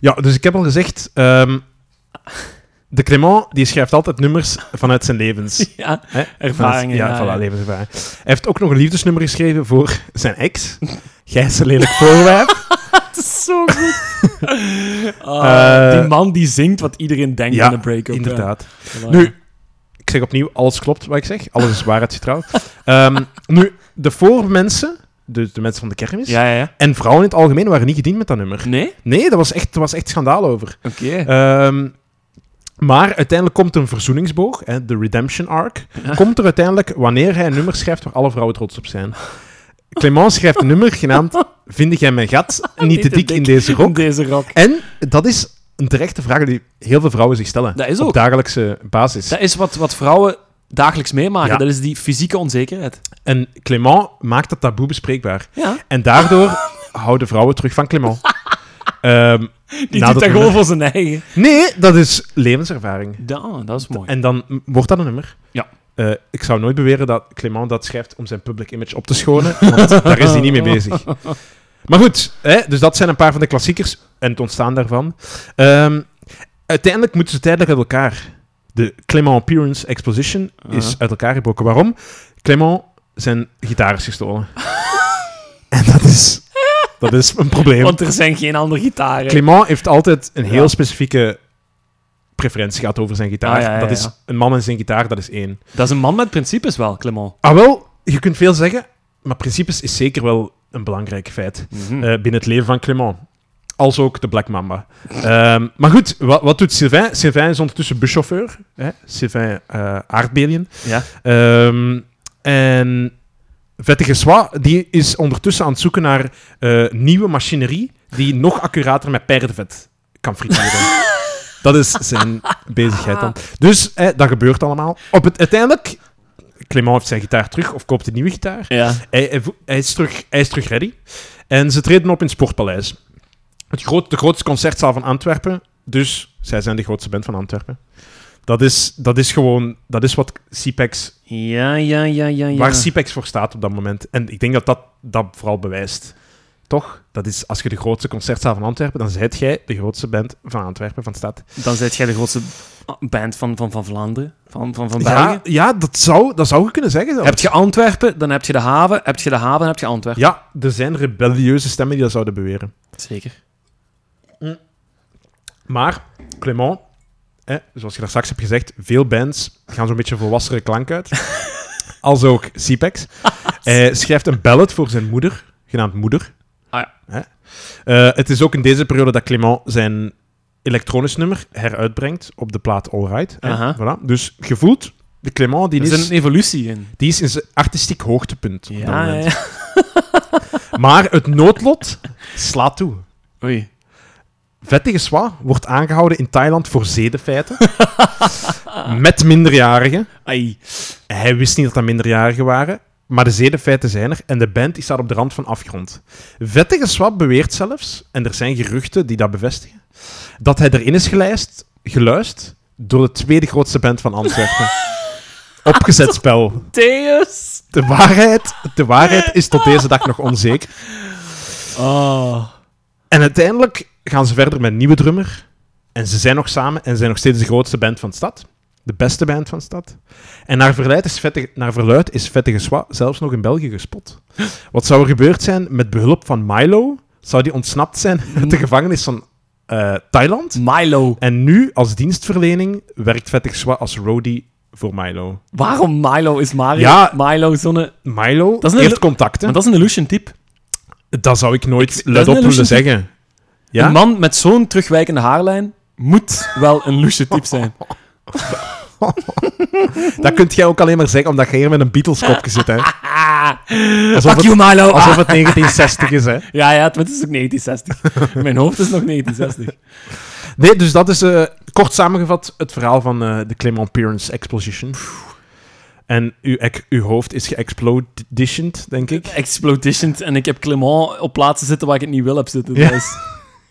Ja, dus ik heb al gezegd... ehm, de Clément die schrijft altijd nummers vanuit zijn levens. Ja, Hè? ervaringen. Ja, voilà, ja. levenservaring. Hij heeft ook nog een liefdesnummer geschreven voor zijn ex. Gijs een lelijk voorwijf. Het is zo goed. Ah, Eh, die man die zingt wat iedereen denkt ja, in een break-up. Inderdaad. Ja. Voilà. Nu, ik zeg opnieuw, alles klopt wat ik zeg. Alles is waarheidsgetrouw. Ehm nu, de voormensen, dus de mensen van de kermis, Ja, ja, ja. en vrouwen in het algemeen waren niet gediend met dat nummer. Nee? Eh, Nee, daar was echt, daar was echt schandaal over. Oké. Ehm, maar uiteindelijk komt een verzoeningsboog, hè, de Redemption Arc, Ja. komt er uiteindelijk wanneer hij een nummer schrijft waar alle vrouwen trots op zijn. Clemence schrijft een nummer genaamd Vind jij mijn gat niet te dik in deze In rok? deze rok. En dat is een terechte vraag die heel veel vrouwen zich stellen. Dat is Op ook. dagelijkse basis. Dat is wat, wat vrouwen dagelijks meemaken. Ja. Dat is die fysieke onzekerheid. En Clément maakt dat taboe bespreekbaar. Ja. En daardoor houden vrouwen terug van Clément. Ehm, Die na dat doet dat gewoon nummer- voor zijn eigen. Nee, dat is levenservaring. Ja, dat is mooi. En dan m- wordt dat een nummer. Ja. Eh, ik zou nooit beweren dat Clément dat schrijft om zijn public image op te schonen, want daar is hij niet mee bezig. Maar goed, hè, dus dat zijn een paar van de klassiekers en het ontstaan daarvan. Ehm, uiteindelijk moeten ze tijdelijk uit elkaar. De Clément Appearance Exposition is Uh-huh. uit elkaar gebroken. Waarom? Clément zijn gitaar is gestolen. en dat is, dat is een probleem. Want er zijn geen andere gitaren. Clément heeft altijd een heel Ja. specifieke preferentie gehad over zijn gitaar. Ah, ja, ja, Dat ja. is een man en zijn gitaar, dat is één. Dat is een man met principes wel, Clement. Ah, wel, je kunt veel zeggen, maar principes is zeker wel een belangrijk feit Mhm. Hm. eh, binnen het leven van Clément. Als ook de Black Mamba. Ehm, maar goed, wat, wat doet Sylvain? Sylvain is ondertussen buschauffeur. Hè? Sylvain eh Aardbelien. Ja. Ehm, en Vettige Swa, die is ondertussen aan het zoeken naar eh, nieuwe machinerie die nog accurater met paardenvet kan frituren. dat is zijn bezigheid dan. Dus eh, dat gebeurt allemaal. Op het, uiteindelijk, Clément heeft zijn gitaar terug of koopt een nieuwe gitaar. Ja. Hij, hij vo- hij is terug, hij is terug ready. En ze treden op in het Sportpaleis. Het groot, de grootste concertzaal van Antwerpen. Dus zij zijn de grootste band van Antwerpen. Dat is, dat is gewoon... Dat is wat CPEX Ja, ja, ja, ja. ja. waar CPEX voor staat op dat moment. En ik denk dat dat, dat vooral bewijst. Toch? Dat is, als je de grootste concertzaal van Antwerpen, dan zijt jij de grootste band van Antwerpen, van de stad. Dan zijt jij de grootste band van, van, van Vlaanderen, van, van, van België. Ja, ja dat, zou, dat zou je kunnen zeggen. zelfs. Heb je Antwerpen, dan heb je de haven. Heb je de haven, dan heb je Antwerpen. Ja, er zijn rebellieuze stemmen die dat zouden beweren. Zeker. Maar, Clement, hè, zoals je daar straks hebt gezegd, veel bands gaan zo'n beetje volwassere klank uit. als ook CPEX. Hij schrijft een ballad voor zijn moeder, genaamd Moeder. Ah ja. Hè? Eh, het is ook in deze periode dat Clement zijn elektronisch nummer heruitbrengt op de plaat All Right. hè. Aha. Voilà. Dus gevoeld, de Clement die Er is is, een evolutie in. die is in zijn artistiek hoogtepunt. op dat Ja, moment. ja. Maar het noodlot slaat toe. Oei. Vettige Swa wordt aangehouden in Thailand voor zedenfeiten. met minderjarigen. Ai. Hij wist niet dat dat minderjarigen waren. Maar de zedenfeiten zijn er en de band die staat op de rand van afgrond. Vettige Swap beweert zelfs, en er zijn geruchten die dat bevestigen, dat hij erin is gelijst, geluist door de tweede grootste band van Antwerpen. Opgezet spel. Theus. De waarheid, de waarheid is tot deze dag nog onzeker. Oh. En uiteindelijk gaan ze verder met een nieuwe drummer. En ze zijn nog samen en zijn nog steeds de grootste band van de stad. De beste band van de stad. En naar verluid is Vettige, naar verluid is vettige Swa zelfs nog in België gespot. Wat zou er gebeurd zijn met behulp van Milo? Zou die ontsnapt zijn uit Mm. de gevangenis van eh, Thailand? Milo. En nu, als dienstverlening, werkt Vettige Swa als roadie voor Milo. Waarom Milo is Mario? Ja. Milo is zo'n... Maar Milo Dat is een heeft heel- contacten. Dat, dat is een illusion type. zou ik nooit dat luidop is een willen illusie. zeggen. Ja? Een man met zo'n terugwijkende haarlijn moet wel een illusion type zijn. Dat kunt jij ook alleen maar zeggen omdat jij hier met een Beatles-kopje zit, hè. Alsof het- Fuck you, Milo. Alsof het 1960 is, hè? Ja, ja, het is ook 1960. Mijn hoofd is nog 1960. Nee, dus dat is eh, kort samengevat het verhaal van eh, de Clement Appearance Exposition. En uw, ek- uw hoofd is geëxploditioned, denk ik. Explodations en ik heb Clement op plaatsen zitten waar ik het niet wil heb zitten. Ja. Dat is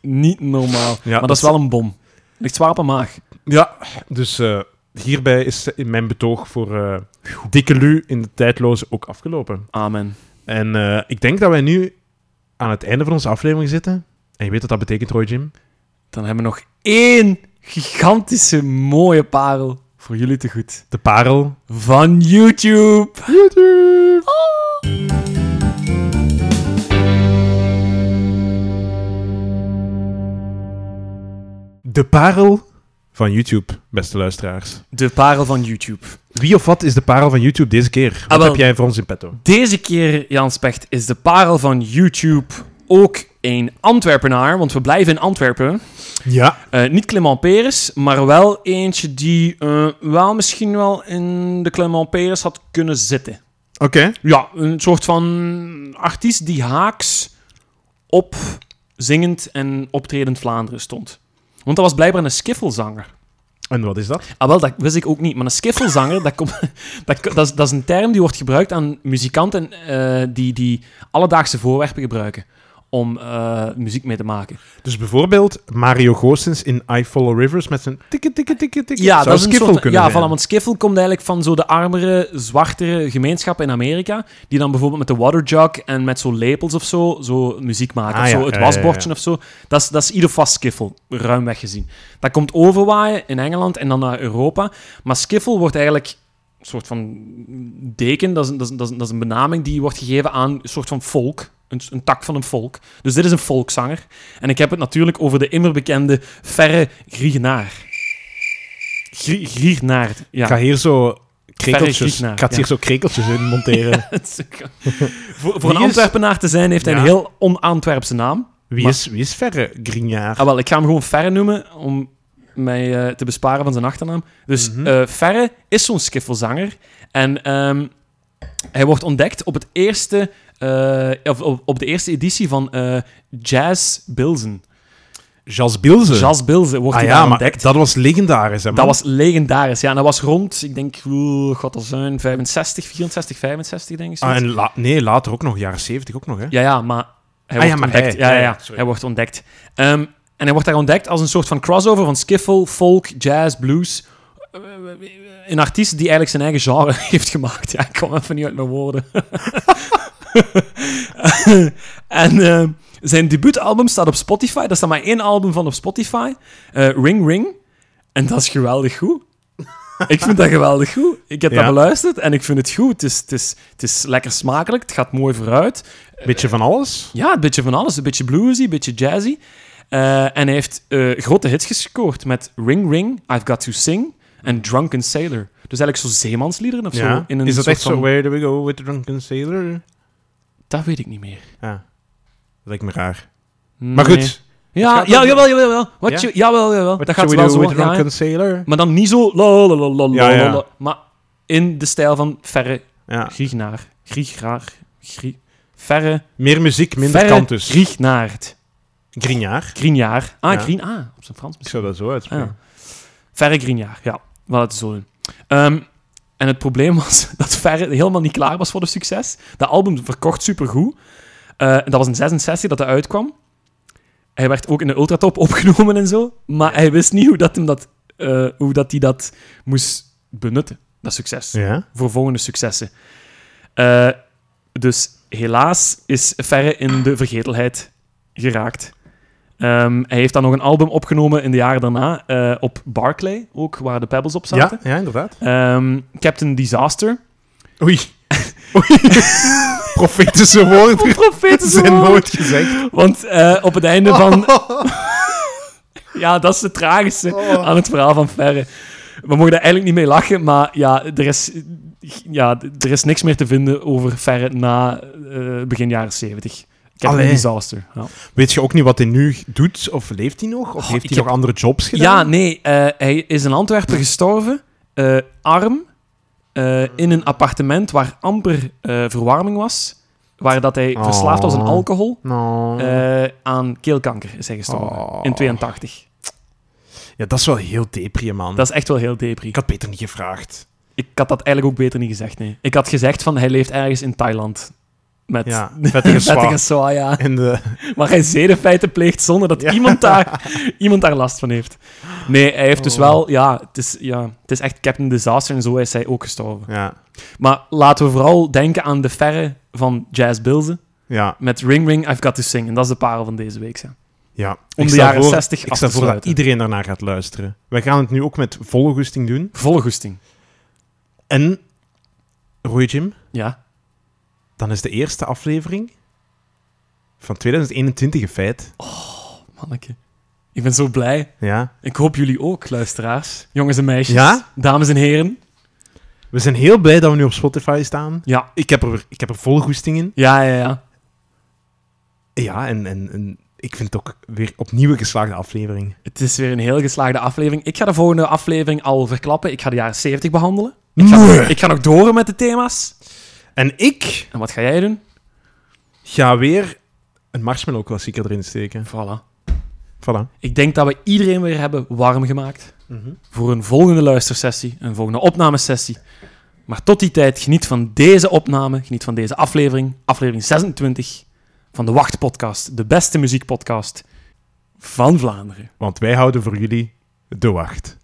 niet normaal. maar dat, dat is wel een bom. Ligt zwaar op een maag. Ja, dus eh, hierbij is eh, mijn betoog voor eh dikke lu in de tijdloze ook afgelopen. Amen. En eh, ik denk dat wij nu aan het einde van onze aflevering zitten. En je weet wat dat betekent, Roy Jim? Dan hebben we nog één gigantische mooie parel voor jullie te goed. De parel. Van YouTube. YouTube. De parel van YouTube, beste luisteraars. De parel van YouTube. Wie of wat is de parel van YouTube deze keer? Wat Ah, wel. heb jij voor ons in petto? Deze keer, Jan Specht, is de parel van YouTube ook een Antwerpenaar, want we blijven in Antwerpen. Ja. Eh, niet Clement Peres, maar wel eentje die eh, wel misschien wel in de Clement Peres had kunnen zitten. Oké. Ja, een soort van artiest die haaks op zingend en optredend Vlaanderen stond. Want dat was blijkbaar een skiffelzanger. En wat is dat? Ah, wel, dat wist ik ook niet. Maar een skiffelzanger, dat, komt, dat, dat, is, dat is een term die wordt gebruikt aan muzikanten eh, die, die alledaagse voorwerpen gebruiken om eh, muziek mee te maken. Dus bijvoorbeeld Mario Goossens in I Follow Rivers met zijn tikke tikke tikke tikke. Ja, Zou dat is een skiffle soort, kunnen ja, zijn. voilà, want skiffel komt eigenlijk van zo de armere, zwartere gemeenschappen in Amerika, die dan bijvoorbeeld met de waterjug en met zo lepels of zo, zo muziek maken. Ah, of zo, ja, het ja, ja, wasbordje of zo. Dat is, dat is ieder vast skiffel, ruim weggezien. Dat komt overwaaien in Engeland en dan naar Europa. Maar skiffel wordt eigenlijk een soort van deken, dat is, een- dat, is, een- dat, is, een- dat is een benaming die wordt gegeven aan een soort van volk. Een, een tak van een volk. Dus dit is een volkszanger. En ik heb het natuurlijk over de immer bekende Ferre Griegenaar. Grie- Griegenaar, ja. Ik ga hier zo krekeltjes, Verrekriek na, ik ga het ja. hier zo krekeltjes in monteren. voor voor Wie een is- Antwerpenaar te zijn heeft hij Ja. een heel on-Antwerpse naam. Wie, Maar- is, wie is Verre Grignaar? Ah, wel, ik ga hem gewoon Ferre noemen om mij eh, te besparen van zijn achternaam. Dus eh Mhm. Ferre is zo'n skiffelzanger. En ehm, hij wordt ontdekt op, het eerste, eh, of, op, op de eerste editie van eh, Jazz Bilzen. Jas Bilze. Jazz Bilzen wordt ah hij ja, daar maar ontdekt. dat was legendarisch. Hè, Dat man? was legendarisch, ja. En dat was rond, ik denk, oeh, god, dat zijn 65, 64, 65, denk ik. Ah, zoiets. en la- nee, later ook nog, jaren 70 ook nog. Hè? Ja, ja, maar hij Ah, wordt ja, maar ontdekt. hij. ja, Ja, ja, ja, ja. sorry. hij wordt ontdekt. Ehm, en hij wordt daar ontdekt als een soort van crossover van skiffle, folk, jazz, blues. Eh, Een artiest die eigenlijk zijn eigen genre heeft gemaakt. Ja, ik kom even niet uit mijn woorden. en ehm, zijn debuutalbum staat op Spotify. Daar staat maar één album van op Spotify. Eh, Ring Ring. En dat is geweldig goed. Ik vind dat geweldig goed. Ik heb Ja. dat beluisterd en ik vind het goed. Het is, het, is, het is lekker smakelijk. Het gaat mooi vooruit. Beetje van alles. Ja, een beetje van alles. Een beetje bluesy, een beetje jazzy. Eh, en hij heeft eh, grote hits gescoord met Ring Ring, I've Got To Sing en Drunken Sailor. Dus eigenlijk zo zeemansliederen of zo. Ja. In een is dat soort echt van- zo? Where do we go with the drunken sailor? Dat weet ik niet meer. Ja. Dat lijkt me raar. Maar Nee. goed. Ja, gaat ja over- jawel, jawel, jawel. Wat Ja? je, jawel, jawel. What dat gaat shall wel we do zo. with the ja, drunken sailor? maar dan niet zo... la, la, la, la, la, Ja, ja. la, la, Maar in de stijl van Ferre Ja. Griegnaar. Griegnaar. Grie, Ferre... Meer muziek, minder Ferre kant dus. Griegnaard. Grignaar. Grienjaar. Ah, Ja. Grien... Ah, op zijn Frans Ik zou dat zo Ah. uitspreken. Verre Grignard, ja. Wel het zo doen. Ehm, en het probleem was dat Verre helemaal niet klaar was voor de succes. Dat album verkocht supergoed. Eh dat was in 66 dat hij uitkwam. Hij werd ook in de ultratop opgenomen en zo. Maar hij wist niet hoe dat hij dat, eh, hoe dat, hij dat moest benutten, dat succes. Ja. Voor volgende successen. Eh, dus helaas is Verre in de vergetelheid geraakt. Ehm, hij heeft dan nog een album opgenomen in de jaren daarna eh, op Barclay, ook waar de Pebbles op Ja, zaten. ja, inderdaad. Ehm, Captain Disaster. Oei. Oei. Profetische woorden Profetische zijn woorden. nooit gezegd. Want eh, op het einde van. Oh. ja, dat is het tragische aan het verhaal van Ferre. We mogen daar eigenlijk niet mee lachen, maar ja, er is, ja, er is niks meer te vinden over Ferre na eh, begin jaren 70. Captain Allee. Disaster. Ja. Weet je ook niet wat hij nu doet? Of leeft hij nog? Of Oh, heeft ik hij nog heb- andere jobs gedaan? Ja, nee, eh, hij is in Antwerpen gestorven, eh, arm, eh, in een appartement waar amper eh, verwarming was, waar dat hij Oh. verslaafd was aan alcohol. No. eh, aan keelkanker is hij gestorven Oh. in 82. Ja, dat is wel heel depri, man. Dat is echt wel heel depri. Ik had beter niet gevraagd. Ik had dat eigenlijk ook beter niet gezegd, nee. Ik had gezegd van, hij leeft ergens in Thailand. Met Ja, vettige vettige zwaar. zwaar, ja. En de... Maar hij zedenfeiten pleegt zonder dat Ja. iemand, daar, iemand daar last van heeft. Nee, hij heeft dus Oh. wel... Ja het, is, ja, het is echt Captain Disaster en zo is hij ook gestorven. Ja. Maar laten we vooral denken aan de verre van Jazz Bilze Ja. met Ring Ring I've Got To Sing. En dat is de parel van deze week, ja. Ja, Om ik de stel jaren voor- 60 af Ik stel te voor dat sluiten. iedereen daarnaar gaat luisteren. Wij gaan het nu ook met volle goesting doen. Volle goesting. En, Roei Jim, Ja. dan is de eerste aflevering van 2021 een feit. Manneke. Ik ben zo blij. Ja. Ik hoop jullie ook, luisteraars. Jongens en meisjes. Ja? Dames en heren. We zijn heel blij dat we nu op Spotify staan. Ja. Ik heb er, ik heb er volle goesting in. Ja, ja, ja. Ja, en, en, en ik vind het ook weer opnieuw een geslaagde aflevering. Het is weer een heel geslaagde aflevering. Ik ga de volgende aflevering al verklappen. Ik ga de jaren 70 behandelen. Ik ga, Nee. ik ga nog door met de thema's. En ik En wat ga jij doen? ga weer een marshmallow klassieker erin steken. Voilà. Voilà. Ik denk dat we iedereen weer hebben warm gemaakt. Voor een volgende luistersessie, een volgende opnamesessie. Maar tot die tijd, geniet van deze opname, geniet van deze aflevering, aflevering 26 van de Wacht Podcast, de beste muziekpodcast van Vlaanderen. Want wij houden voor jullie de wacht.